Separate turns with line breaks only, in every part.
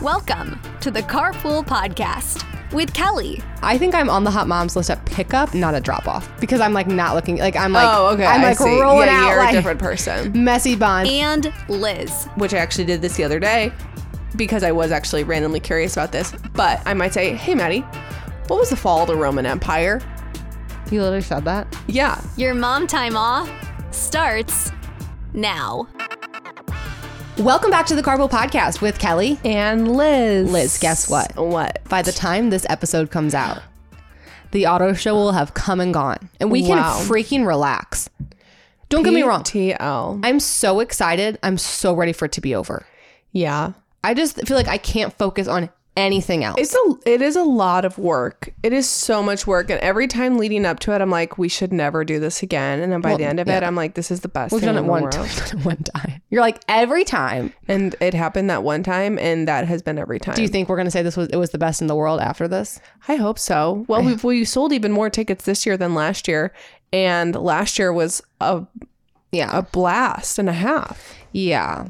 Welcome to the Carpool Podcast with Kelly.
I think I'm on the hot moms list at pickup, not a drop off, because I'm like not looking like I'm like
oh, okay.
I'm
I
like
see.
rolling
yeah,
out
You're
like
a different person,
messy bun.
and Liz.
which I actually did this the other day because I was actually randomly curious about this. But I might say, hey, Maddie, what was the fall of the Roman Empire?
You literally said that.
Yeah,
Your mom time off starts now.
Welcome back to the Carpool Podcast with Kelly.
and Liz.
Liz, guess what?
What?
By the time this episode comes out, the auto show will have come and gone, and we can
Wow.
freaking relax. Don't get me wrong.
TL.
I'm so excited. I'm so ready for it to be over.
Yeah.
I just feel like I can't focus on anything else.
It's a it is a lot of work. It is so much work, and every time leading up to it, I'm like, we should never do this again. And then by the end of it, I'm like, this is the best.
We've
thing
done it
in the
one
world.
time. We've done it one time. You're like every time.
and it happened that one time, and that has been every time.
Do you think we're gonna say this was it was the best in the world after this?
I hope so. Well, we've, we sold even more tickets this year than last year, and last year was a
Yeah.
a blast and a half.
Yeah.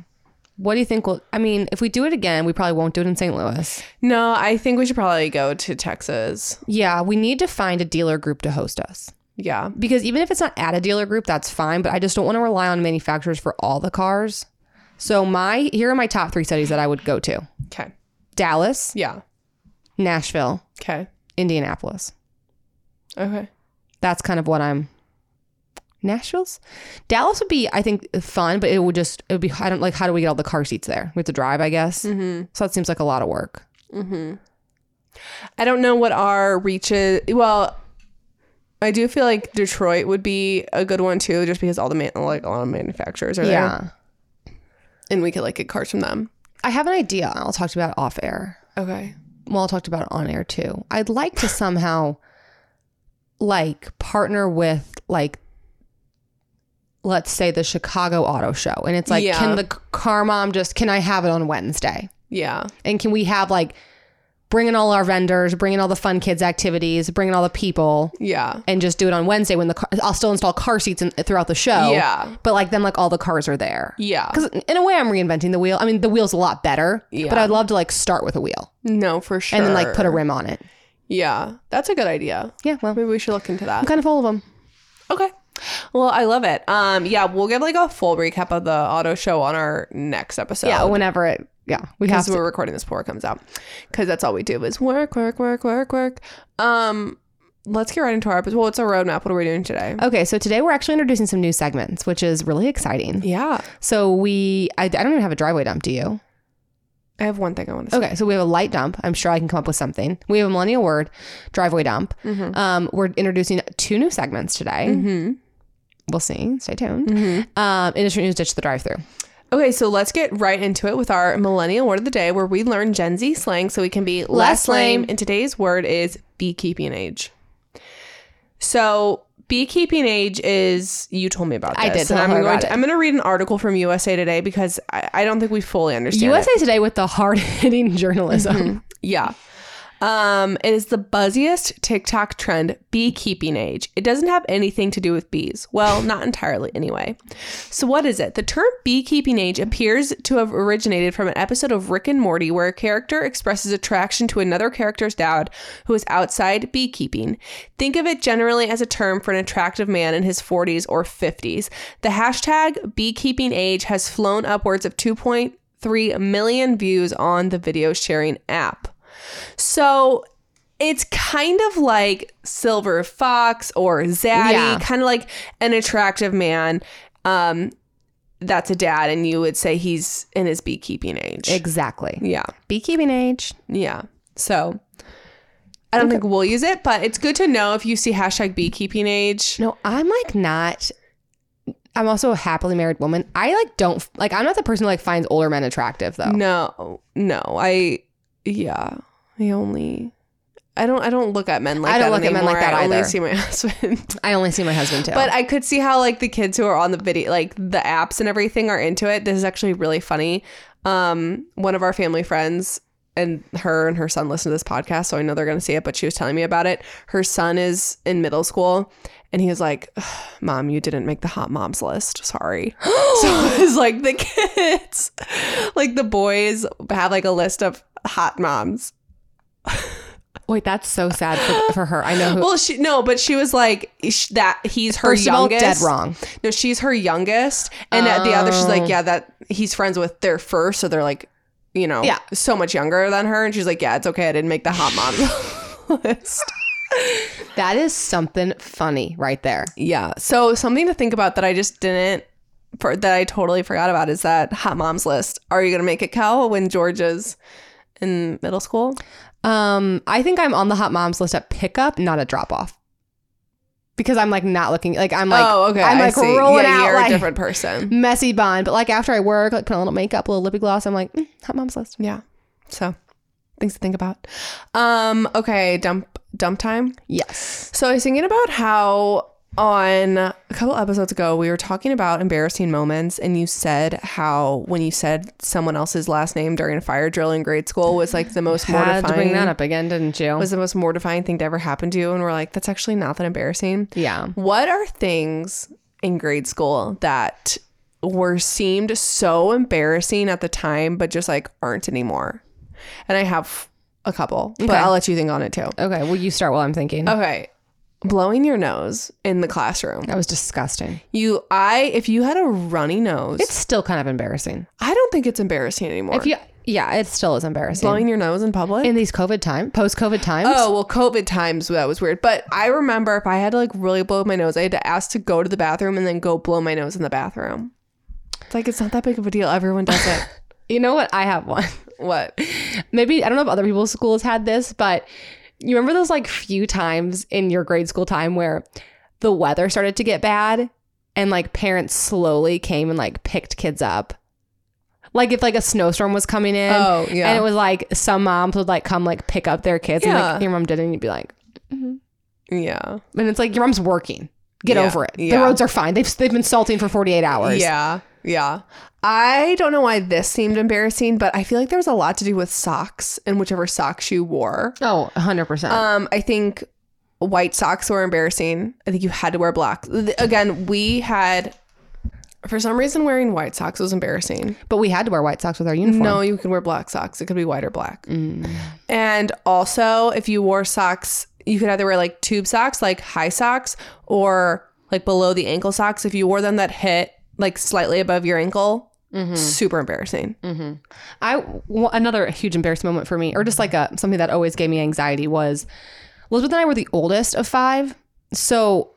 What do you think? Will, I mean, if we do it again, we probably won't do it in St. Louis.
No, I think we should probably go to Texas.
Yeah, we need to find a dealer group to host us
Yeah,
because even if it's not at a dealer group, that's fine. But I just don't want to rely on manufacturers for all the cars. So my here are my top three cities that I would go to:
okay,
Dallas,
yeah,
Nashville,
okay,
Indianapolis.
okay.
That's kind of what I'm. Nashville's, Dallas would be I think fun, but it would just it would be I don't like how do we get all the car seats there? We have to drive, I guess. Mm-hmm. So that seems like a lot of work.
I don't know what our reaches. Well, I do feel like Detroit would be a good one too, just because all the man- like a lot of manufacturers are there,
Yeah.
and we could like get cars from them.
I have an idea. I'll talk to you about it off air.
Okay.
Well, I'll talk to you about it on air too. I'd like to somehow like partner with like let's say the Chicago Auto Show and it's like
Yeah.
can the c- car mom just can I have it on Wednesday?
Yeah.
And can we have like bring in all our vendors, bring in all the fun kids activities, bring in all the people
Yeah.
and just do it on Wednesday when the car, I'll still install car seats in, throughout the show.
Yeah.
But like then like all the cars are there.
Yeah.
Because in a way, I'm reinventing the wheel. I mean, the wheel's a lot better,
Yeah.
but I'd love to like start with a wheel
No, for sure.
and then like put a rim on it.
Yeah, that's a good idea.
Yeah, well,
Maybe we should look into
I'm
that.
kind of full of them.
Okay. Well, I love it. Um, yeah, we'll give like a full recap of the auto show on our next episode.
Yeah, whenever it, yeah, we have
because
to.
we're recording this before it comes out. Because that's all we do is work, work, work, work, work. Um, let's get right into our episode. Well, it's a roadmap. What are we doing today?
Okay, so today we're actually introducing some new segments, which is really exciting.
yeah,
So we, I, I don't even have a driveway dump, do you?
I have one thing I want to say.
Okay, so we have a light dump. I'm sure I can come up with something. We have a millennial word, driveway dump. Um, we're introducing two new segments today. We'll see. Stay tuned. Um, industry news ditch the drive through.
Okay, so let's get right into it with our millennial word of the day, where we learn Gen Z slang so we can be less
Less lame.
lame. And today's word is beekeeping age. So beekeeping age is you told me about. This,
I did
And
tell
I'm
her
going
about
to.
it.
I'm going to read an article from USA Today because I, I don't think we fully understand. it.
USA Today with the hard hitting journalism.
Yeah. Um, it is the buzziest TikTok trend, beekeeping age. It doesn't have anything to do with bees. Well, not entirely anyway. So what is it? The term beekeeping age appears to have originated from an episode of Rick and Morty where a character expresses attraction to another character's dad who is outside beekeeping. Think of it generally as a term for an attractive man in his 40s or 50s. The hashtag beekeeping age has flown upwards of 2.3 million views on the video sharing app. So it's kind of like Silver Fox or Zaddy,
Yeah.
kind of like an attractive man. Um, that's a dad, and you would say he's in his beekeeping age.
Exactly.
yeah,
Beekeeping age.
yeah. So I don't think we'll use it, but it's good to know if you see hashtag beekeeping age.
No, I'm like not. I'm also a happily married woman. I like don't like. I'm not the person who like finds older men attractive though.
No, no, I yeah, I only. I don't. I don't look at men like that.
I don't look at men
anymore.
like that
I only
either.
see my husband.
I only see my husband too.
But I could see how like the kids who are on the video, like the apps and everything, are into it. This is actually really funny. Um, one of our family friends and her and her son listen to this podcast, so I know they're going to see it. But she was telling me about it. Her son is in middle school, and he was like, "Ugh, "Mom, you didn't make the hot moms list. Sorry." so it was like the kids, like the boys, have like a list of hot moms.
Wait, that's so sad for, for her. I know who.
Well, she no, but she was like sh- that. He's her
First of all,
youngest.
dead wrong.
No, she's her youngest, and at the other, she's like, yeah, that he's friends with their first, so they're like, you know,
Yeah.
so much younger than her, and she's like, yeah, it's okay, I didn't make the hot mom list.
That is something funny right there.
Yeah. So something to think about that I just didn't for that I totally forgot about is that hot moms list. Are you gonna make it, Cal, when Georgia's in middle school?
Um, I think I'm on the hot moms list at pickup, not at drop off, because I'm like not looking like I'm like
oh, okay.
I'm
I
like
see.
rolling
yeah,
out
You're
like
a different person.
messy bun. But like after I work, like put on a little makeup, a little lippy gloss, I'm like mm, hot moms list.
Yeah. So things to think about. Um, okay, dump dump time.
Yes.
So I was thinking about how on a couple episodes ago we were talking about embarrassing moments and you said how when you said someone else's last name during a fire drill in grade school was like the most
Had
mortifying
to bring that up again, didn't you?
was the most mortifying thing to ever happen to you and we're like that's actually not that embarrassing
yeah.
what are things in grade school that were seemed so embarrassing at the time but just like aren't anymore and i have a couple but
Okay.
i'll let you think on it too
Okay. Well, you start while I'm thinking.
okay blowing your nose in the classroom
That was disgusting.
you i if you had a runny nose
It's still kind of embarrassing.
i don't think it's embarrassing anymore
If you, yeah, it still is embarrassing.
blowing your nose in public
in these COVID time, post COVID times.
Oh well, COVID times that was weird. But I remember if I had to like really blow my nose, I had to ask to go to the bathroom and then go blow my nose in the bathroom. It's like it's not that big of a deal. Everyone does it.
You know what? I have one.
what?
Maybe I don't know if other people's schools had this, but you remember those like few times in your grade school time where the weather started to get bad and like parents slowly came and like picked kids up. Like if like a snowstorm was coming in
Oh, yeah.
and it was like some moms would like come like pick up their kids and
Yeah.
like your mom didn't and you'd be like
Yeah.
and it's like your mom's working. Get
Yeah,
over it.
yeah.
The roads are fine. They've they've been salting for 48 hours.
Yeah. Yeah. I don't know why this seemed embarrassing, but I feel like there was a lot to do with socks and whichever socks you wore.
Oh, 100%.
Um, I think white socks were embarrassing. I think you had to wear black. Th- Again, we had for some reason wearing white socks was embarrassing.
but we had to wear white socks with our uniform.
No, you can wear black socks. It could be white or black. And also, if you wore socks, you could either wear like tube socks, like high socks, or like below the ankle socks. If you wore them that hit like slightly above your ankle, super embarrassing.
I w- another huge embarrassing moment for me, or just like a something that always gave me anxiety was Elizabeth and I were the oldest of five, so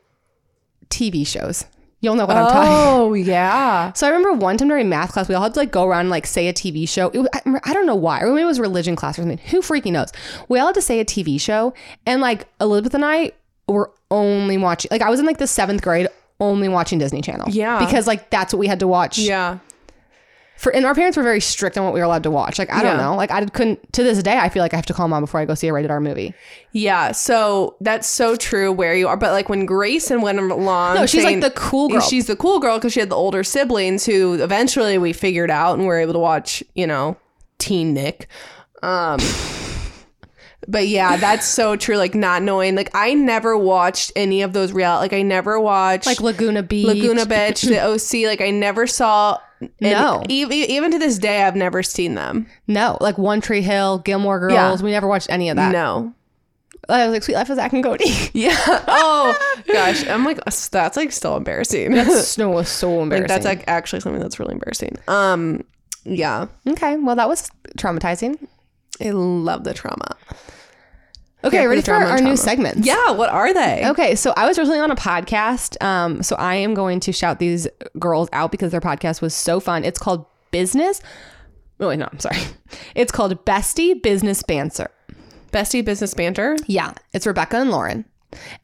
TV shows. You'll know what I'm talking.
Oh yeah,
So I remember one time during math class, we all had to like go around and like say a TV show. It was, I, remember- I don't know why. Or maybe it was religion class or something. Who freaking knows? We all had to say a TV show. And like Elizabeth and I were only watching, like I was in like the seventh grade only watching Disney Channel.
Yeah.
Because like that's what we had to watch
yeah.
for and our parents were very strict on what we were allowed to watch. Like I don't
Yeah.
know. Like I couldn't to this day. I feel like I have to call mom before I go see a rated R movie.
Yeah, so that's so true where you are. But like when Grayson went along,
No, she's, like, the cool girl.
She's the cool girl because she had the older siblings who eventually we figured out and were able to watch. You know, Teen Nick. Um, but yeah, that's so true. Like not knowing, like I never watched any of those real. Like I never watched
Like Laguna Beach.
Laguna Beach, the OC. Like I never saw. and
No.
e- e- even to this day, I've never seen them.
No, like One Tree Hill, Gilmore Girls.
Yeah.
We never watched any of that.
No.
I was like, Sweet Life of Zach and Cody.
Yeah. Oh gosh, I'm like that's like still embarrassing.
Snow was so
Like
embarrassing.
that's like actually something that's really embarrassing. Um, yeah,
okay. Well, that was traumatizing.
I love the trauma.
Okay,
Yeah,
ready
the
for our,
drama,
our
trauma.
new segments?
Yeah, what are they?
Okay, so I was recently on a podcast. Um, so I am going to shout these girls out because their podcast was so fun. It's called Business. Oh, wait, no, I'm sorry. It's called Bestie Business Banter.
Bestie business banter.
Yeah, it's Rebecca and Lauren.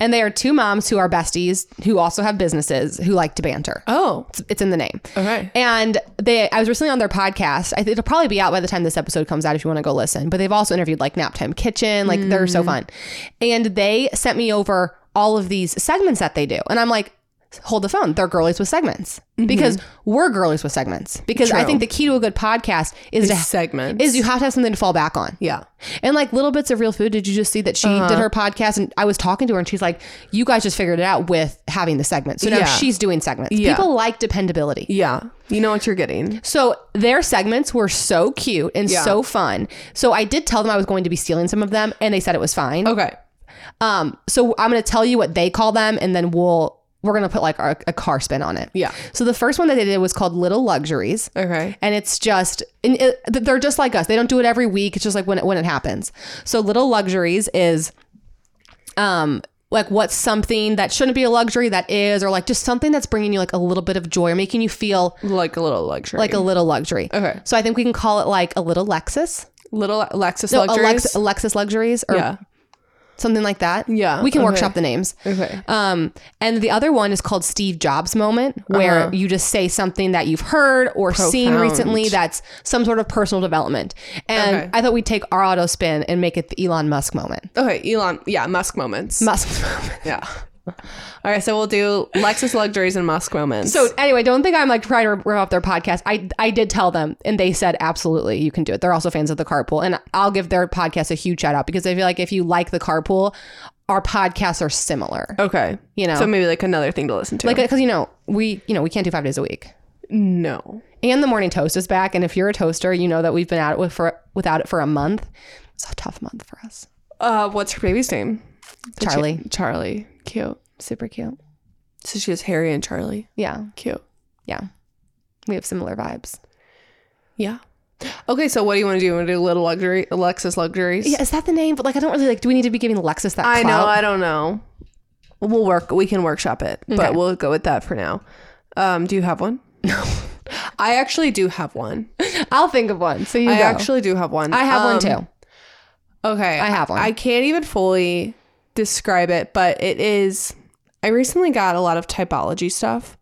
And they are two moms who are besties who also have businesses who like to banter.
Oh,
It's, it's in the name.
Okay.
And they I was recently on their podcast. I think it'll probably be out by the time this episode comes out if you want to go listen. But they've also interviewed like Naptime Kitchen, like
Mm.
they're so fun. And they sent me over all of these segments that they do. And I'm like, hold the phone. They're girlies with segments because we're girlies with segments. Because I
Mm-hmm. True.
think the key to a good podcast is to
segment
is you have to have something to fall back on.
yeah
And like little bits of real food. Did you just see that she
Uh-huh.
did her podcast and I was talking to her and she's like, "You guys just figured it out with having the segment." So now
Yeah.
she's doing segments.
Yeah.
People like dependability.
yeah you know what you're getting
So their segments were so cute and
Yeah.
so fun. So I did tell them I was going to be stealing some of them, and they said it was fine.
okay
Um, so I'm going to tell you what they call them, and then we'll we're going to put like our, a car spin on it.
Yeah.
So the first one that they did was called Little Luxuries.
okay
And it's just, and it, they're just like us. They don't do it every week. It's just like when it, when it happens. So little luxuries is, um, like what's something that shouldn't be a luxury that is, or like just something that's bringing you like a little bit of joy or making you feel
like a little luxury
like a little luxury.
Okay.
So I think we can call it like a little Lexus,
little lexus
no, a Lex-
luxuries
a Lexus luxuries, or
yeah
something like that.
Yeah,
We can
okay.
workshop the names.
okay
Um, and the other one is called Steve Jobs moment, where you just say something that you've heard or seen
Uh-huh. Profound.
recently that's some sort of personal development. And
Okay.
I thought we'd take our auto spin and make it the Elon Musk moment.
okay elon yeah musk moments
Musk moment.
yeah all right so we'll do lexus luxuries and musk moments
So anyway, don't think I'm like trying to rip off their podcast. I I did tell them, and they said absolutely you can do it. They're also fans of the carpool, and I'll give their podcast a huge shout out because I feel like if you like the carpool, our podcasts are similar.
okay
You know,
so maybe like another thing to listen to
like because you know we you know we can't do five days a week.
no
and the morning toast is back. And if you're a toaster, you know that we've been out with for without it for a month. It's a tough month for us.
uh what's her baby's name The chi-
Charlie.
charlie cute
Super cute.
so she has harry and charlie
Yeah,
cute
yeah. We have similar vibes.
yeah okay so what do you want to do you want to do little luxury lexus luxuries
Yeah, is that the name? But like, I don't really like. Do we need to be giving Lexus that?
I know.
clout?
I don't know. We'll work. We can workshop it, but we'll go with that for now. Um, do you have one? No. I actually do have one.
I'll think of one. So you
I
go.
actually do have one.
I have one
Um,
too.
Okay.
I have one.
I can't even fully describe it, but it is. I recently got a lot of typology stuff,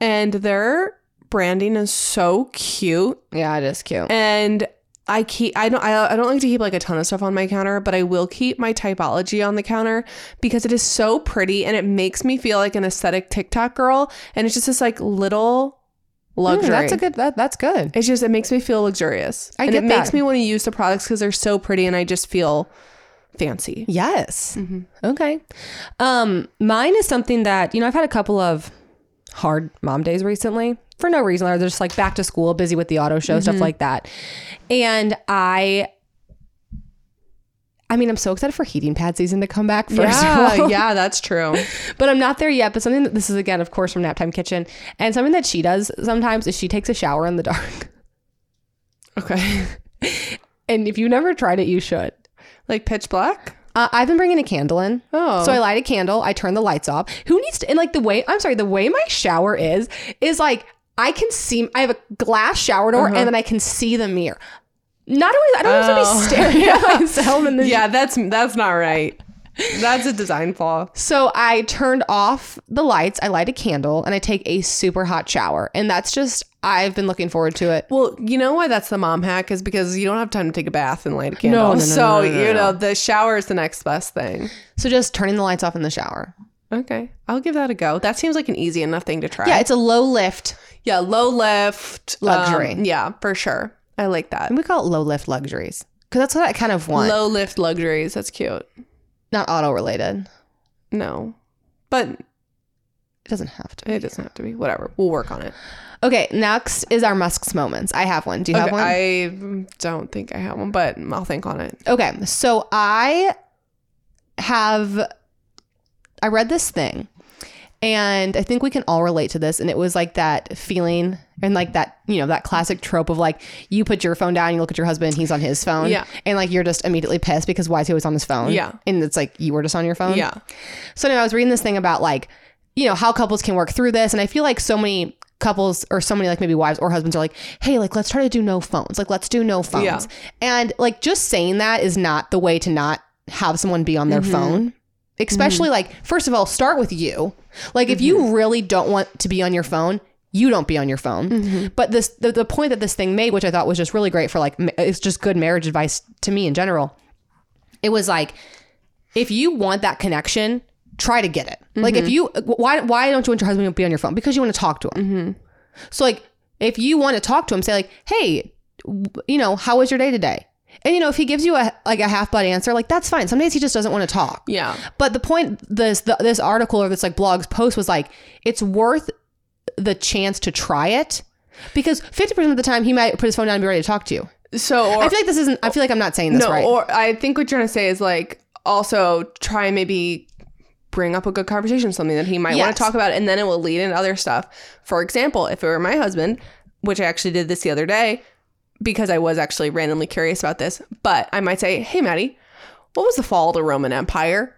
and their branding is so cute
Yeah, it is cute.
and I keep I don't I, I don't like to keep like a ton of stuff on my counter, but I will keep my typology on the counter because it is so pretty and it makes me feel like an aesthetic TikTok girl and it's just this like little luxury.
Mm, that's a good. That, that's good.
It's just it makes me feel luxurious.
I
and
get
it
that.
makes me want to use the products because they're so pretty and I just feel fancy.
Yes.
Mm-hmm.
Okay. Um, mine is something that you know I've had a couple of hard mom days recently for no reason. They're just like back to school, busy with the auto show,
Mm-hmm.
stuff like that. And I, I mean, I'm so excited for heating pad season to come back. First of all,
yeah, that's true.
but I'm not there yet. But something that this is again, of course, from Naptime Kitchen, and something that she does sometimes is she takes a shower in the dark.
Okay.
And if you never tried it, you should.
like pitch black?
Uh, I've been bringing a candle in.
Oh.
So I light a candle, I turn the lights off. Who needs to, and like the way, I'm sorry, the way my shower is, is like I can see, I have a glass shower door
Uh-huh.
and then I can see the mirror. Not always, I don't always have to be staring at myself in the
Oh. Yeah, that's that's not right. That's a design flaw.
So I turned off the lights, I light a candle, and I take a super hot shower. And that's just, I've been looking forward to it.
Well, you know why that's the mom hack is because you don't have time to take a bath and light a candle.
no, no,
so
no, no, no,
you know the shower is the next best thing.
So just turning the lights off in the shower.
Okay, I'll give that a go. That seems like an easy enough thing to try.
Yeah, it's a low lift.
yeah, low lift um,
Luxury.
yeah, for sure. I like that.
We call it low lift luxuries because that's what I kind of want.
Low lift luxuries. That's cute.
Not auto related.
No, but
It doesn't have to.
it doesn't have to be. Whatever. We'll work on it.
Okay, next is our Musk's moments. I have one. Do you have
Okay,
one?
I don't think I have one, but I'll think on it.
okay, so I have I read this thing and I think we can all relate to this and it was like that feeling and like that, you know, that classic trope of like you put your phone down, you look at your husband, he's on his phone.
Yeah.
And like you're just immediately pissed because why is he always on his phone?
Yeah.
And it's like you were just on your phone.
Yeah.
So anyway, I was reading this thing about like, you know, how couples can work through this. And I feel like so many couples or so many like maybe wives or husbands are like, hey, like let's try to do no phones. Like let's do no phones.
Yeah.
And like just saying that is not the way to not have someone be on their phone. Especially like, first of all, start with you. Like if you really don't want to be on your phone, you don't be on your phone. But this the, the point that this thing made, which I thought was just really great for like ma- it's just good marriage advice to me in general. It was like if you want that connection, try to get it. Like
Mm-hmm.
if you why why don't you want your husband to be on your phone? Because you want to talk to him.
Mm-hmm.
So like if you want to talk to him, say like, "Hey, w- you know, how was your day today?" And you know, if he gives you a like a half butt answer, like that's fine. Some days he just doesn't want to talk.
Yeah.
But the point this the, this article or this like blog's post was like it's worth the chance to try it because 50% of the time he might put his phone down and be ready to talk to you.
So or,
I feel like this isn't I feel like I'm not saying this
no,
right.
or I think what you're trying to say is like also try and maybe bring up a good conversation, something that he might want
Yes.
to talk about, and then it will lead into other stuff. For example, if it were my husband, which I actually did this the other day because I was actually randomly curious about this, but I might say, "Hey, Maddie, what was the fall of the Roman Empire?"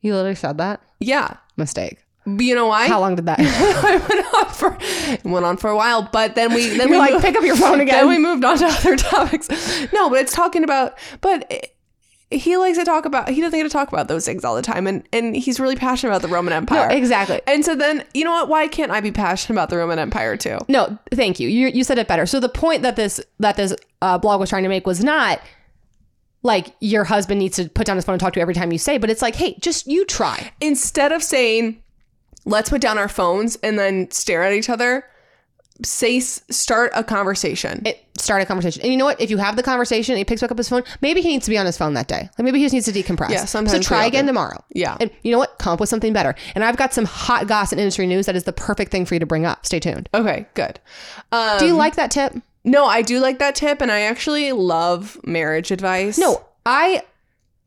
you literally said that.
Yeah,
Mistake.
but you know why?
How long did that?
I went on for it went on for a while, but then we
You're
then we
like,
moved-
"Pick up your phone again."
Then we moved on to other topics. No, but it's talking about but. It, he likes to talk about he doesn't get to talk about those things all the time and and he's really passionate about the roman empire
exactly.
and so then you know what why can't i be passionate about the roman empire too
No, thank you. You you said it better. So the point that this that this uh, blog was trying to make was not like your husband needs to put down his phone and talk to you every time you say, but it's like, hey, just you try.
instead of saying let's put down our phones and then stare at each other say s- start a conversation
It start a conversation. And you know what? If you have the conversation and he picks back up his phone, maybe he needs to be on his phone that day. Like maybe he just needs to decompress.
Yeah, sometimes
so
we
try
all
again
do.
tomorrow.
yeah
And you know what? Come up with something better. And I've got some hot gossip and industry news that is the perfect thing for you to bring up. Stay tuned.
okay good um,
Do you like that tip?
No, I do like that tip, and I actually love marriage advice.
No, I.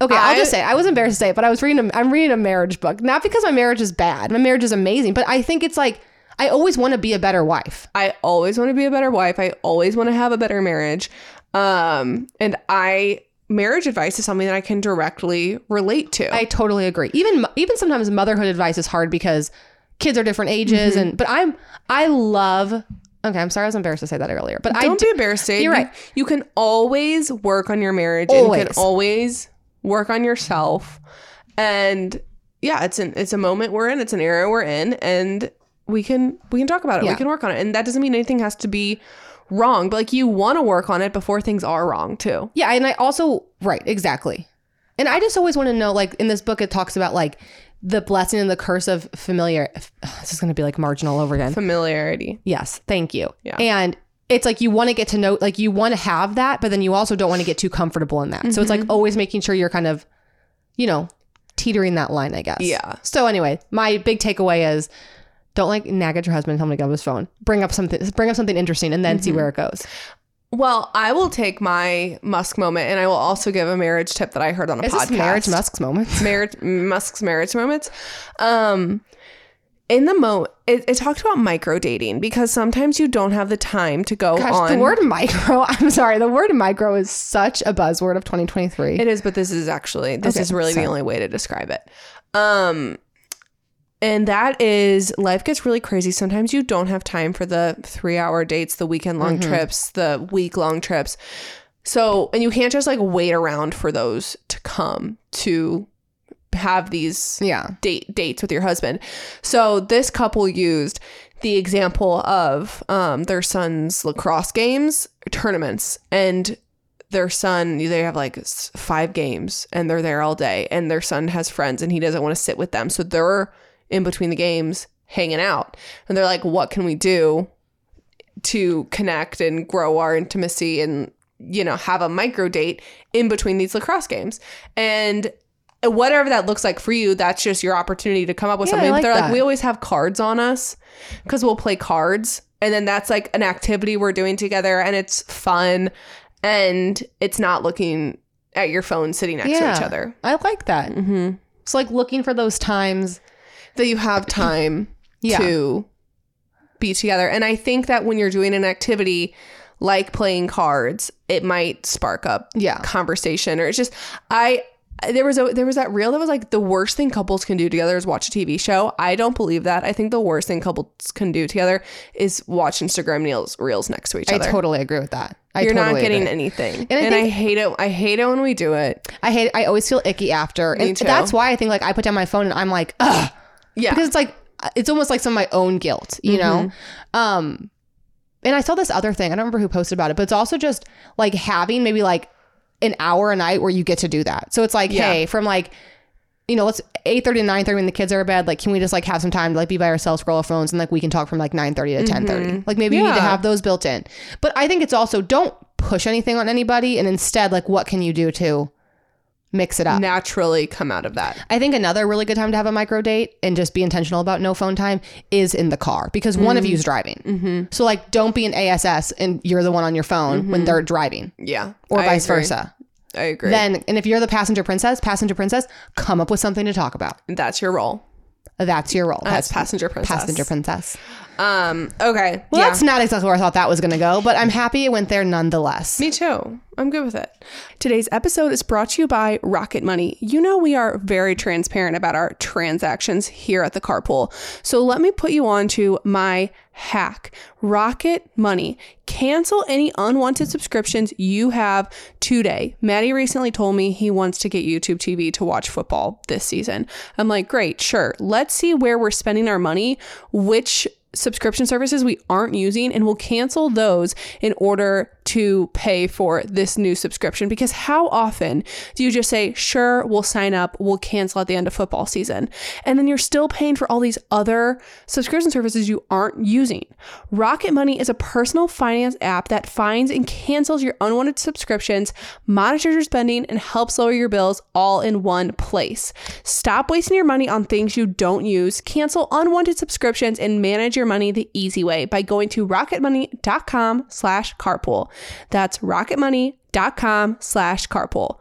Okay, I,
I-
will just say I was embarrassed to say it, but I was reading. A, I'm reading a marriage book, not because my marriage is bad. My marriage is amazing, but I think it's like I always want to be a better wife.
I always want to be a better wife. I always want to have a better marriage. Um, and I marriage advice is something that I can directly relate to.
I totally agree. Even mo- even sometimes motherhood advice is hard because kids are different ages,
Mm-hmm.
and but I'm I love. Okay, I'm sorry, I was embarrassed to say that earlier, but I
Don't
do,
be embarrassed. Dave.
You're
You-
right.
You, can always work on your marriage. And you
Always.
can always work on yourself. And yeah, it's an it's a moment we're in. It's an era we're in, and we can we can talk about it.
Yeah.
We can work on it, and that doesn't mean anything has to be wrong. But like you want to work on it before things are wrong too.
yeah, and I also right exactly, and I just always want to know. Like in this book, it talks about like the blessing and the curse of familiar. This is going to be like marginal over again.
Familiarity.
Yes, thank you.
Yeah.
And it's like you want to get to know, like you want to have that, but then you also don't want to get too comfortable in that. So it's
Mm-hmm.
like always making sure you're kind of, you know, teetering that line, I guess.
Yeah.
So anyway, my big takeaway is don't like nag at your husband, and tell him to get off his phone. Bring up something, bring up something interesting, and then see
Mm-hmm.
where it goes.
Well, I will take my Musk moment, and I will also give a marriage tip that I heard on a
Is
podcast.
this marriage Musk's moments?
marriage Musk's marriage moments. Um, in the mo, it, it talked about micro dating because sometimes you don't have the time to go
Gosh,
on.
the word micro. I'm sorry, the word micro is such a buzzword of 2023.
It is, but this is actually this
Okay,
is really
sorry.
the only way to describe it. Um, and that is life gets really crazy. Sometimes you don't have time for the three hour dates, the weekend long
Mm-hmm.
trips, the week long trips. So, and you can't just like wait around for those to come to have these
yeah.
date dates with your husband. So this couple used the example of um, their son's lacrosse games tournaments and their son they have like s- five games and they're there all day and their son has friends and he doesn't want to sit with them so they're in between the games hanging out and they're like what can we do to connect and grow our intimacy and you know have a micro date in between these lacrosse games and whatever that looks like for you that's just your opportunity to come up with
Yeah, I
something
like
they're
that.
like we always have cards on us because we'll play cards and then that's like an activity we're doing together and it's fun and it's not looking at your phone sitting next to each
Yeah.
other
I like that.
mm-hmm.
It's like looking for those times.
that you have time
Yeah.
to be together. And I think that when you're doing an activity like playing cards, it might spark up
Yeah.
conversation or it's just I there was a there was that reel that was like the worst thing couples can do together is watch a TV show. I don't believe that. I think the worst thing couples can do together is watch Instagram reels reels next to each
I
other.
totally agree with that. I
You're
totally
not getting
agree.
anything. And,
I
I,
think-
hate it I hate it when we do it.
I hate. I always feel icky after, and
too.
that's why I think like I put down my phone and I'm like, ugh,
Yeah.
because it's like it's almost like some of my own guilt, you know.
Mm-hmm.
Um, and I saw this other thing. I don't remember who posted about it, but it's also just like having maybe like an hour a night where you get to do that. So it's like,
Yeah.
hey, from like you know, let's 8.30 to 9.30 when the kids are in bed, like, can we just like have some time to like be by ourselves, scroll our phones and like we can talk from like 9.30 to 10.30. Like maybe you need to
Mm-hmm. Yeah.
have those built in. But I think it's also don't push anything on anybody and instead like what can you do to mix it up?
naturally come out of that.
I think another really good time to have a micro date and just be intentional about no phone time is in the car because one
Mm-hmm.
of you is driving. So like, don't be an ASS and you're the one on your phone when they're driving,
Yeah.
or
Mm-hmm. I
vice
agree.
versa.
I agree.
Then, and if you're the passenger princess, passenger princess, come up with something to talk about.
That's your role
That's your role.
as
That's
passenger princess.
passenger princess.
Um. Okay.
Well,
yeah.
that's not exactly where I thought that was going to go, but I'm happy it went there nonetheless.
Me too. I'm good with it. Today's episode is brought to you by Rocket Money. You know, we are very transparent about our transactions here at the carpool. So let me put you on to my hack Rocket Money. Cancel any unwanted subscriptions you have today. Maddie recently told me he wants to get YouTube TV to watch football this season. I'm like, great, sure. Let's see where we're spending our money, which subscription services we aren't using and we'll cancel those in order to pay for this new subscription because how often do you just say sure we'll sign up we'll cancel at the end of football season and then you're still paying for all these other subscription services you aren't using rocket money is a personal finance app that finds and cancels your unwanted subscriptions monitors your spending and helps lower your bills all in one place stop wasting your money on things you don't use cancel unwanted subscriptions and manage your money the easy way by going to rocketmoney.com slash carpool that's rocketmoney.com slash carpool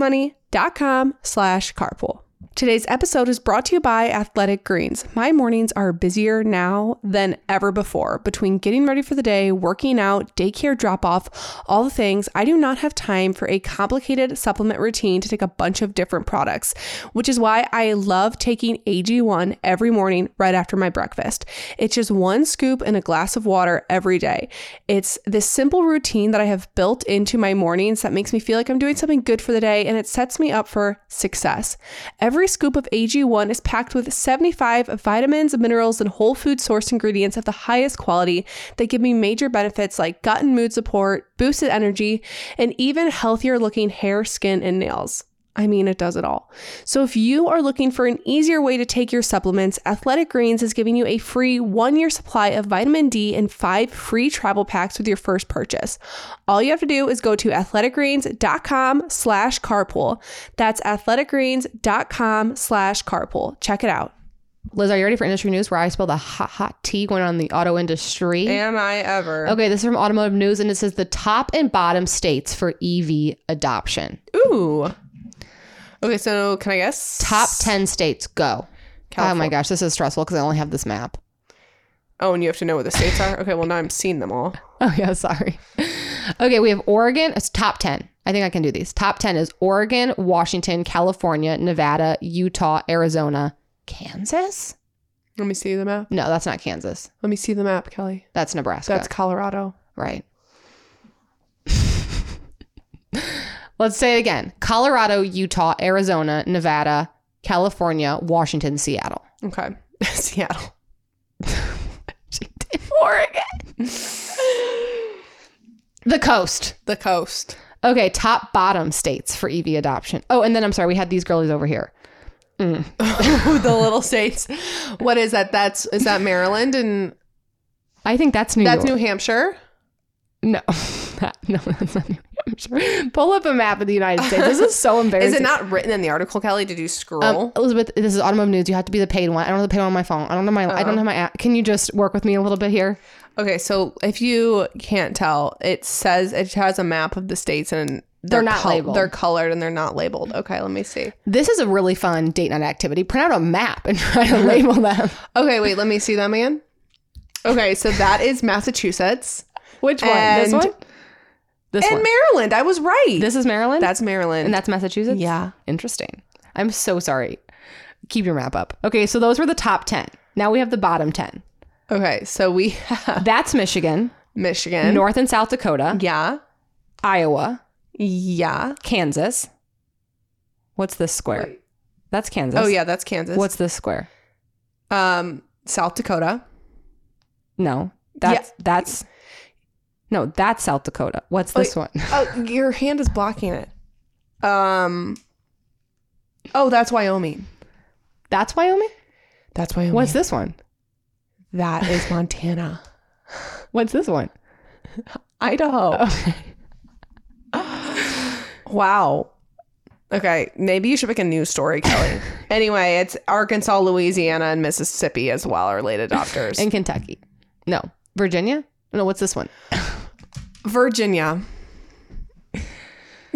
rocketmoney.com slash carpool Today's episode is brought to you by Athletic Greens. My mornings are busier now than ever before. Between getting ready for the day, working out, daycare drop off, all the things, I do not have time for a complicated supplement routine to take a bunch of different products, which is why I love taking AG1 every morning right after my breakfast. It's just one scoop and a glass of water every day. It's this simple routine that I have built into my mornings that makes me feel like I'm doing something good for the day and it sets me up for success. Every scoop of AG1 is packed with 75 vitamins, minerals, and whole food source ingredients of the highest quality that give me major benefits like gut and mood support, boosted energy, and even healthier looking hair, skin, and nails. I mean, it does it all. So, if you are looking for an easier way to take your supplements, Athletic Greens is giving you a free one year supply of vitamin D and five free travel packs with your first purchase. All you have to do is go to athleticgreens.com slash carpool. That's athleticgreens.com slash carpool. Check it out.
Liz, are you ready for industry news where I spill the hot, hot tea going on in the auto industry?
Am I ever?
Okay, this is from Automotive News, and it says the top and bottom states for EV adoption.
Ooh. Okay, so can I guess?
Top 10 states go. Oh my gosh, this is stressful because I only have this map.
Oh, and you have to know what the states are? Okay, well, now I'm seeing them all.
Oh, yeah, sorry. Okay, we have Oregon. It's top 10. I think I can do these. Top 10 is Oregon, Washington, California, Nevada, Utah, Arizona, Kansas?
Let me see the map.
No, that's not Kansas.
Let me see the map, Kelly.
That's Nebraska.
That's Colorado.
Right. Let's say it again Colorado, Utah, Arizona, Nevada, California, Washington, Seattle.
Okay. Seattle.
Oregon. the coast.
The coast.
Okay, top bottom states for EV adoption. Oh, and then I'm sorry, we had these girlies over here.
the little states. What is that? That's is that Maryland and
I think that's New
that's New
York.
Hampshire?
no. no, that's not New Hampshire. Pull up a map of the United States. This is so embarrassing.
Is it not written in the article, Kelly? Did you scroll?
Um, Elizabeth, this is automotive news. You have to be the paid one. I don't have the paid one on my phone. I don't know my. I don't have my app. Can you just work with me a little bit here?
okay, so if you can't tell, it says it has a map of the states and
They're not labeled.
They're colored and they're not labeled. Okay, let me see.
This is a really fun date night activity. Print out a map and try to label them.
Okay, wait, let me see them again. Okay, so that is Massachusetts
Which
one? This one?
This
and
one.
Maryland. I was right.
this is Maryland.
that's Maryland.
and that's Massachusetts.
Yeah.
Interesting. I'm so sorry. Keep your map up. Okay, so those were the top ten. Now we have the bottom ten.
okay, so we have
That's Michigan,
Michigan.
North and South Dakota,
Yeah.
Iowa,
Yeah.
Kansas. What's this square?
Wait.
That's Kansas.
Oh yeah, that's Kansas.
What's this square?
um South Dakota?
No, that's that's no, that's South Dakota. What's this one?
Oh, your hand is blocking it. Um Oh, that's Wyoming.
That's Wyoming?
That's Wyoming.
What's this one?
that is Montana.
What's this one?
Idaho. wow. Okay, maybe you should make a news story, Kelly. anyway, it's Arkansas, Louisiana, and Mississippi as well are late adopters.
In Kentucky. No. Virginia? No, what's this one?
Virginia.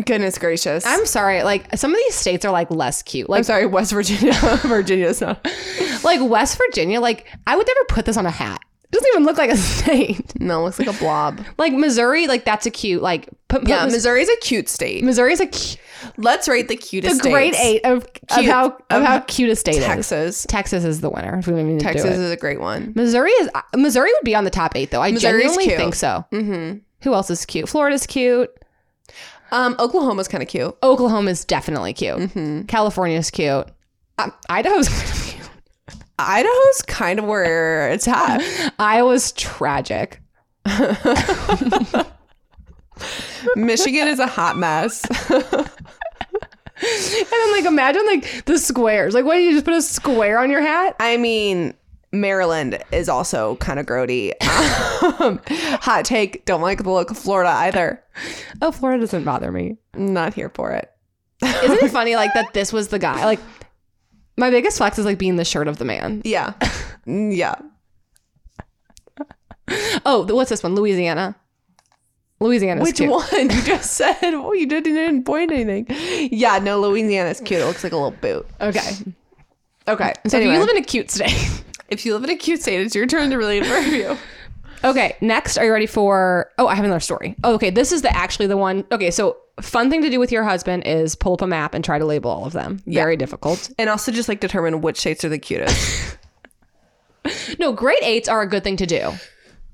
Goodness gracious.
I'm sorry. Like some of these states are like less cute. Like
I'm sorry, West Virginia. Virginia's not.
like West Virginia, like I would never put this on a hat. It doesn't even look like a state.
No, it's like a blob.
Like Missouri, like that's a cute like put, put
Yeah,
Mis-
Missouri's a cute state.
Missouri's a cu-
Let's rate the
the
cutest
grade
states.
eight of, of
Cute.
how of
Of
how cute a state is.
Texas.
Um, Texas is the winner. If we don't even need to do
Texas
it.
is a great one.
Missouri is uh, Missouri would be on the top eight though. I
Missouri's
genuinely
cute.
think so. Mm-hmm. Who else is cute? Florida's cute.
Um, Oklahoma's kind of cute.
Oklahoma's definitely cute. California's cute. Uh, Idaho's kind of cute.
Idaho's kind of where it's at.
Iowa's tragic.
Michigan is a hot mess.
And then like imagine like the squares. Like what do you just put a square on your hat?
I mean, Maryland is also kind of grody. Um, hot take. Don't like the look of Florida either.
Oh, Florida doesn't bother me.
Not here for it.
Isn't it funny like that this was the guy? Like my biggest flex is like being the shirt of the man.
Yeah. Yeah.
Oh, th- what's this one? Louisiana. Louisiana's
Which
cute.
one? You just said, well, you didn't even point anything. Yeah, no, Louisiana's cute. It looks like a little boot.
Okay.
Okay.
So
anyway,
if you live in a cute state.
in a cute state, it's your turn to really review.
Okay, next, are you ready for? Oh, I have another story. Oh, okay, this is the actually the one. Okay, so fun thing to do with your husband is pull up a map and try to label all of them. Very difficult.
and also just like determine which states are the cutest.
No, grade eights are a good thing to do.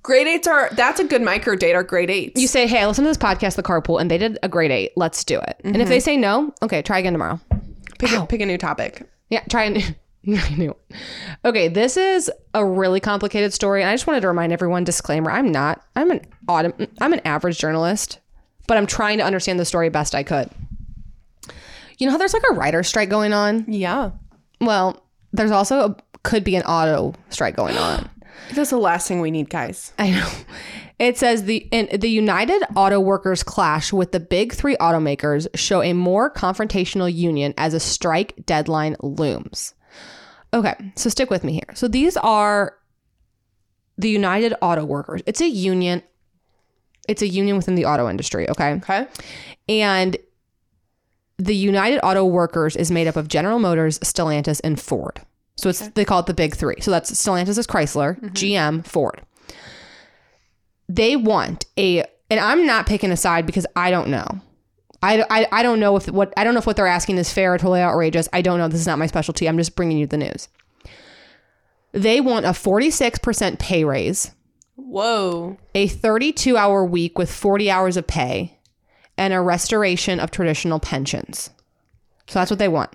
grade eights are, that's a good micro date, are grade eights.
You say, "Hey, I listened to this podcast, The Carpool, and they did a grade eight. Let's do it." And if they say no, okay, try again tomorrow.
pick, a, pick a new topic.
Yeah, try a new. try a new one. Okay, this is a really complicated story, and I just wanted to remind everyone: disclaimer, I'm not. I'm an autumn. I'm an average journalist, but I'm trying to understand the story best I could. You know how there's like a writer strike going on?
Yeah.
Well, there's also a, could be an auto strike going on.
That's the last thing we need, guys.
I know. It says the in, the United Auto Workers clash with the big three automakers show a more confrontational union as a strike deadline looms. Okay, so stick with me here. So these are the United Auto Workers. It's a union. It's a union within the auto industry. Okay,
Okay.
and the United Auto Workers is made up of General Motors, Stellantis, and Ford. So it's they call it the big three. So that's Stellantis is Chrysler, GM, Ford. They want a, and I'm not picking a side because I don't know. I, I, I don't know if what I don't know if what they're asking is fair or totally outrageous. I don't know. This is not my specialty. I'm just bringing you the news. They want a 46% pay raise,
Whoa.
a 32 hour week with 40 hours of pay, and a restoration of traditional pensions. So that's what they want.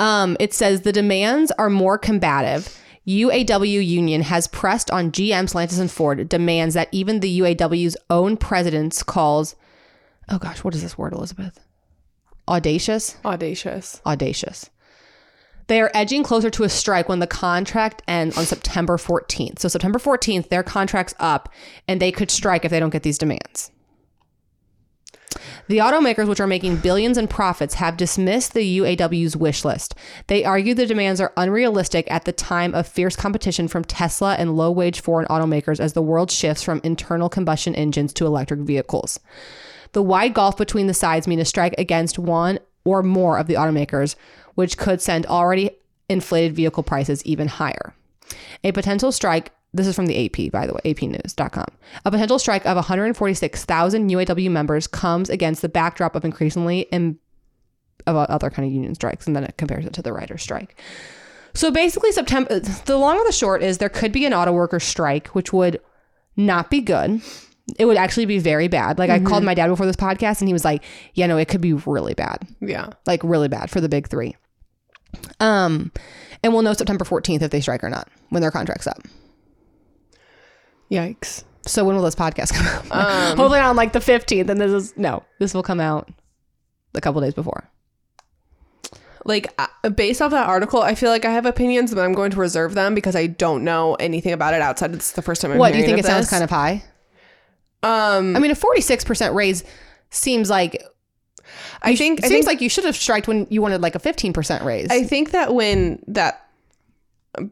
Um, it says the demands are more combative. UAW union has pressed on GM, Stellantis, and Ford demands that even the UAW's own president calls, oh gosh, what is this word, Elizabeth? Audacious
Audacious.
audacious. They are edging closer to a strike when the contract ends on September 14th. So September 14th, their contract's up and they could strike if they don't get these demands. The automakers, which are making billions in profits, have dismissed the UAW's wish list. They argue the demands are unrealistic at the time of fierce competition from Tesla and low wage foreign automakers as the world shifts from internal combustion engines to electric vehicles. The wide gulf between the sides mean a strike against one or more of the automakers, which could send already inflated vehicle prices even higher. A potential strike, this is from the AP, by the way, apnews.com. A potential strike of 146,000 UAW members comes against the backdrop of increasingly Im- of other kind of union strikes, and then it compares it to the writer's strike. So basically, September. The long or the short is there could be an auto worker strike, which would not be good. It would actually be very bad. Like
Mm-hmm.
I called my dad before this podcast, and he was like, "Yeah, no, it could be really bad,
Yeah.
like really bad for the big three. Um, and we'll know September fourteenth if they strike or not when their contract's up.
Yikes.
So when will this podcast come out?
Um,
Hopefully not on like the fifteenth. And this is no, this will come out a couple days before.
Like uh, based off that article, I feel like I have opinions, but I'm going to reserve them because I don't know anything about it outside. It's the first time. I'm
What do you
hearing
think? It
of
sounds
this.
kind of high.
Um,
I mean, a forty-six percent raise seems like
I think I
seems
think
like you should have striked when you wanted like a fifteen percent raise.
I think that when that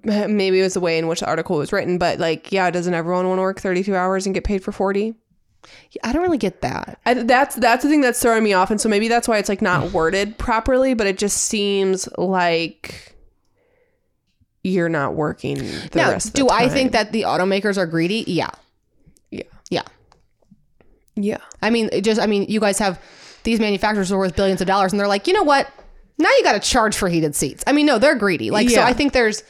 maybe it was the way in which the article was written, but like, yeah, doesn't everyone want to work 32 hours and get paid for 40?
I don't really get that.
I, that's that's the thing that's throwing me off, and so maybe that's why it's like
Mm.
not worded properly, but it just seems like you're not working the
now,
rest. Of the
do I think
time.
that the automakers are greedy? Yeah,
Yeah.
yeah.
Yeah.
I mean, it just I mean, you guys have these manufacturers are worth billions of dollars, and they're like, you know what? Now you got to charge for heated seats. I mean, no, they're greedy. Like, so
Yeah.
I think there's,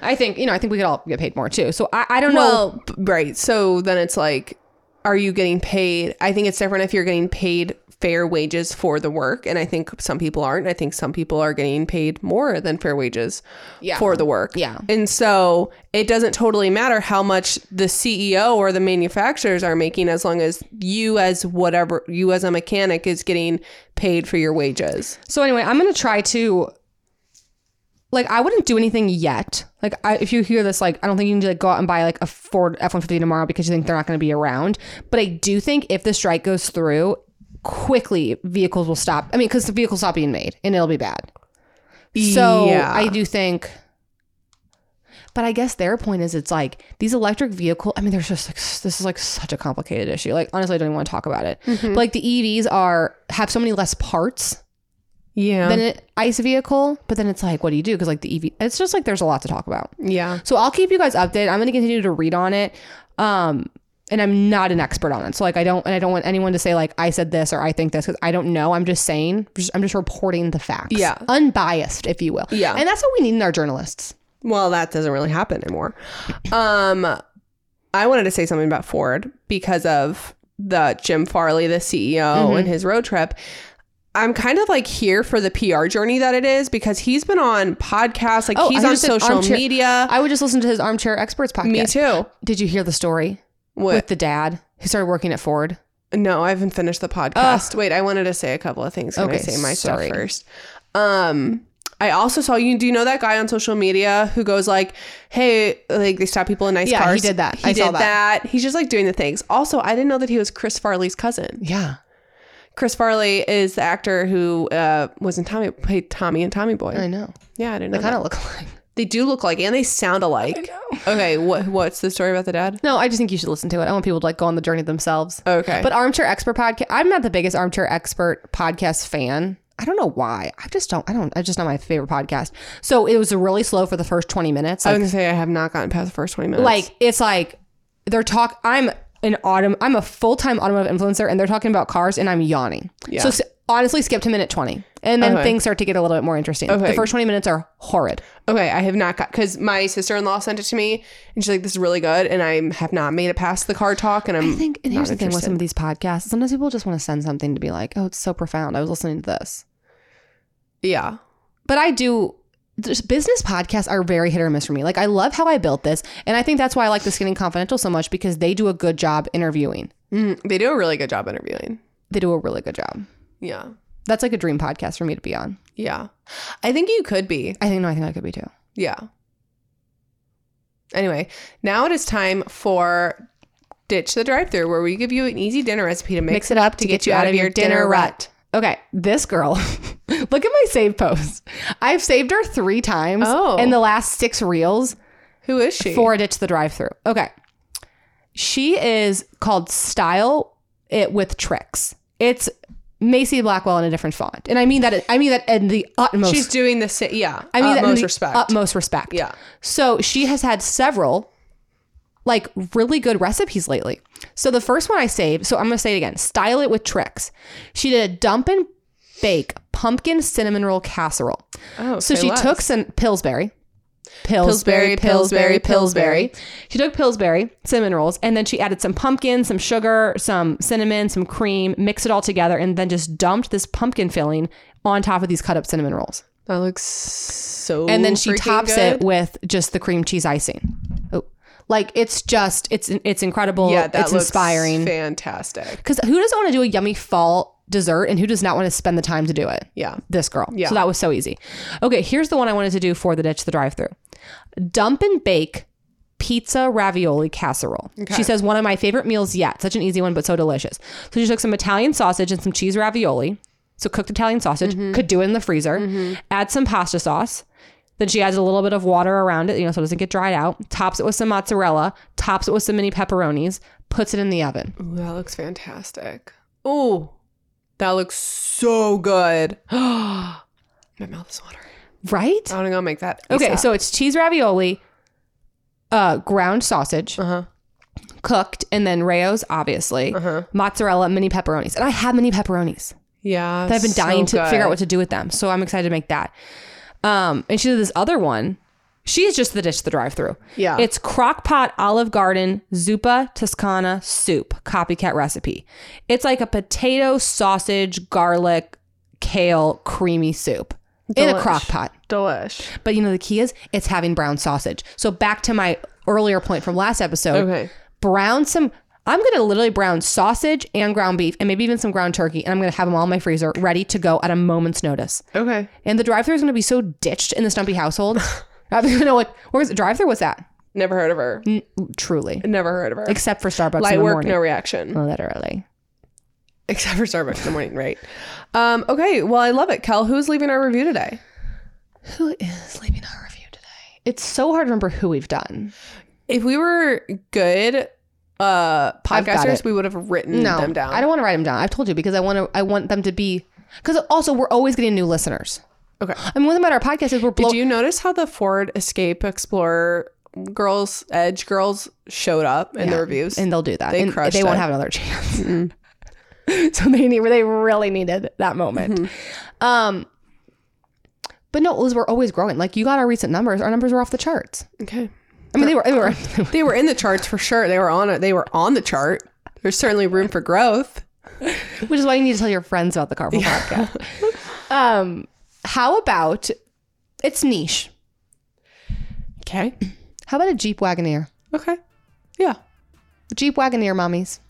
I think you know, I think we could all get paid more too. So I, I don't know.
Well, b- right. So then it's like, are you getting paid? I think it's different if you're getting paid fair wages for the work. And I think some people aren't. I think some people are getting paid more than fair wages
Yeah.
for the work.
Yeah.
And so it doesn't totally matter how much the CEO or the manufacturers are making as long as you, as whatever, you as a mechanic, is getting paid for your wages.
So anyway, I'm gonna try to. Like I wouldn't do anything yet. Like I, if you hear this, like I don't think you need to like, go out and buy like a Ford F one fifty tomorrow because you think they're not going to be around. But I do think if the strike goes through, quickly vehicles will stop. I mean, because the vehicles stop being made and it'll be bad. So
Yeah.
I do think. But I guess their point is it's like these electric vehicle. I mean, there's just like s- this is like such a complicated issue. Like honestly, I don't even want to talk about it. But like the EVs are have so many less parts
Yeah.
than an ICE vehicle. But then it's like, what do you do? Because like the EV, it's just like there's a lot to talk about.
yeah.
So I'll keep you guys updated. I'm going to continue to read on it. Um, and I'm not an expert on it, so like I don't, and I don't want anyone to say like I said this or I think this because I don't know. I'm just saying, just- I'm just reporting the facts.
Yeah.
unbiased, if you will.
Yeah.
and that's what we need in our journalists.
Well, that doesn't really happen anymore. Um, I wanted to say something about Ford because of the Jim Farley, the CEO,
Mm-hmm.
and his road trip. I'm kind of like here for the PR journey that it is because he's been on podcasts, like
Oh,
he's
I
on
just said
social
armchair-
media.
I would just listen to his armchair experts podcast.
Uh, Me too.
Did you hear the story
What?
with the dad who started working at Ford?
No, I haven't finished the podcast. Wait, I wanted to say a couple of things. Can I
Okay,
say my
sorry.
stuff first? Um, I also saw you. Do you know that guy on social media who goes like, "Hey, like they stop people in nice
Yeah, he
cars."
did that.
He
I
did
saw
that. He's just like doing the things. Also, I didn't know that he was Chris Farley's cousin.
Yeah,
Chris Farley is the actor who uh, was in Tommy played Tommy and Tommy Boy.
I know.
yeah, I didn't know.
They kind
that.
of look alike.
They do look like and they sound alike. Okay, what what's the story about the dad?
No, I just think you should listen to it. I want people to like go on the journey themselves.
Okay,
But Armchair Expert podcast, I'm not the biggest Armchair Expert podcast fan. I don't know why. I just don't. I don't. I just not my favorite podcast. So it was really slow for the first 20 minutes.
I was
Like,
gonna say I have not gotten past the first twenty minutes.
like it's like they're talk. I'm an autumn. I'm a full time automotive influencer, and they're talking about cars, and I'm yawning.
Yeah.
So s- honestly, skip to minute 20, and then
Okay.
things start to get a little bit more interesting.
Okay.
The first 20 minutes are horrid.
Okay, I have not got because my sister in law sent it to me, and she's like, "This is really good," and I have not made it past the car talk, and I'm
I think, and
not
here's the thing with some
interested.
of these podcasts. Sometimes people just want to send something to be like, "Oh, it's so profound." I was listening to this.
yeah,
but I do. there's- Business podcasts are very hit or miss for me. Like I love how I built this, and I think that's why I like the Skinny Confidential so much because they do a good job interviewing.
Mm, they do a really good job interviewing.
They do a really good job.
Yeah,
That's like a dream podcast for me to be on.
yeah, I think you could be.
I think no, I think I could be too.
Yeah. Anyway, now it is time for ditch the drive-through, where we give you an easy dinner recipe to mix,
Mix it up to get you out of your dinner rut. Okay, this girl. Look at my save post. I've saved her three times
Oh.
in the last six reels.
Who is she?
for a ditch the drive through. Okay. She is called Style It with Tricks. It's Macy Blackwell in a different font. And I mean that I mean that in the utmost
She's doing the same. Yeah,
I mean uh, that in
utmost
the
respect.
utmost respect.
Yeah.
So she has had several like really good recipes lately. So the first one I saved, so I'm gonna say it again, style it with tricks. She did a dump and bake pumpkin cinnamon roll casserole.
Oh,
So
say
she
less.
took some Pillsbury. Pillsbury,
Pillsbury,
Pillsbury,
Pillsbury,
Pillsbury. She took Pillsbury cinnamon rolls and then she added some pumpkin, some sugar, some cinnamon, some cream, mixed it all together, and then just dumped this pumpkin filling on top of these cut up cinnamon rolls.
That looks so.
And then she
freaking
tops
good.
it with just the cream cheese icing. Oh. Like it's just it's it's incredible.
Yeah, that
it's
looks
inspiring.
Fantastic.
Because who doesn't want to do a yummy fall dessert, and who does not want to spend the time to do it?
Yeah.
This girl.
Yeah.
So that was so easy. Okay, here's the one I wanted to do for the ditch the drive through. Dump and bake pizza ravioli casserole. She says one of my favorite meals yet. Such an easy one, but so delicious. So she took some Italian sausage and some cheese ravioli. So cooked Italian sausage, could do it in the freezer. Add some pasta sauce. Then she adds a little bit of water around it, you know, so it doesn't get dried out. Tops it with some mozzarella. Tops it with some mini pepperonis. Puts it in the oven.
Ooh, that looks fantastic. Ooh, that looks so good. My mouth is watering.
Right?
I'm gonna make that.
Okay, so it's cheese ravioli, uh, ground sausage,
uh huh,
cooked, and then Rayo's, obviously,
uh huh.
mozzarella, mini pepperonis. And I have mini pepperonis
Yeah,
that I've been
so
dying to
good.
figure out what to do with them. So I'm excited to make that. Um, and she did this other one. She is just the dish, the drive through.
Yeah.
It's crock pot Olive Garden Zuppa Toscana soup, copycat recipe. It's like a potato, sausage, garlic, kale, creamy soup in a
Delish.
crock pot.
delish.
But you know, the key is it's having brown sausage. So back to my earlier point from last episode,
Okay,
brown some. I'm gonna literally brown sausage and ground beef and maybe even some ground turkey, and I'm gonna have them all in my freezer, ready to go at a moment's notice.
okay.
And the drive-through is gonna be so ditched in the Stumpy household. I'm gonna know like, where's the drive-through? What's that?
Never heard of her.
N- truly,
Never heard of her.
Mm. except for Starbucks in
Light
the
work,
morning. Mm.
no reaction.
Literally,
Except for Starbucks in the morning, right? Um, okay, well, I love it, Kel. Who's leaving our review today?
who is leaving our review today? It's so hard to remember who we've done.
If we were good uh
I've got
podcasters,
it.
we would have written
No,
them down.
I don't want to write them down. I've told you because I want to. I want them to be because also we're always getting new listeners.
Okay.
I mean, one thing about our podcast is we're blow-
Did you notice how the Ford Escape Explorer girls, Edge girls, showed up in
Yeah.
the reviews?
and they'll do that.
They
and
crushed
they won't
it.
have another chance. so they need they really needed that moment.
Mm-hmm.
Um but no, Liz, we're always growing. Like you got our recent numbers. Our numbers were off the charts.
okay,
I mean, they were they were
they were in the charts for sure. They were on it. They were on the chart. There's certainly room for growth.
which is why you need to tell your friends about the Carpool podcast. Um how about it's niche.
Okay.
How about a Jeep Wagoneer?
Okay. Yeah.
Jeep Wagoneer mommies.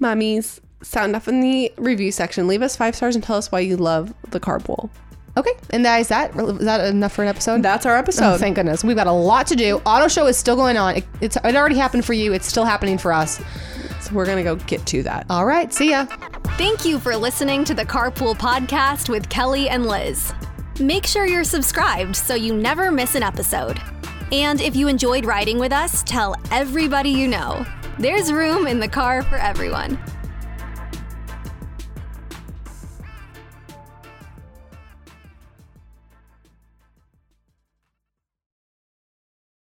Mommies, sound off in the review section. Leave us five stars and tell us why you love the carpool.
Okay, and that is that. Is that enough for an episode?
That's our
Oh,
episode.
thank goodness. We've got a lot to do. Auto show is still going on. It, it's it already happened for you. It's still happening for us.
so we're going to go get to that.
All right. See ya.
Thank you for listening to the Carpool Podcast with Kelly and Liz. Make sure you're subscribed so you never miss an episode. And if you enjoyed riding with us, tell everybody you know. There's room in the car for everyone.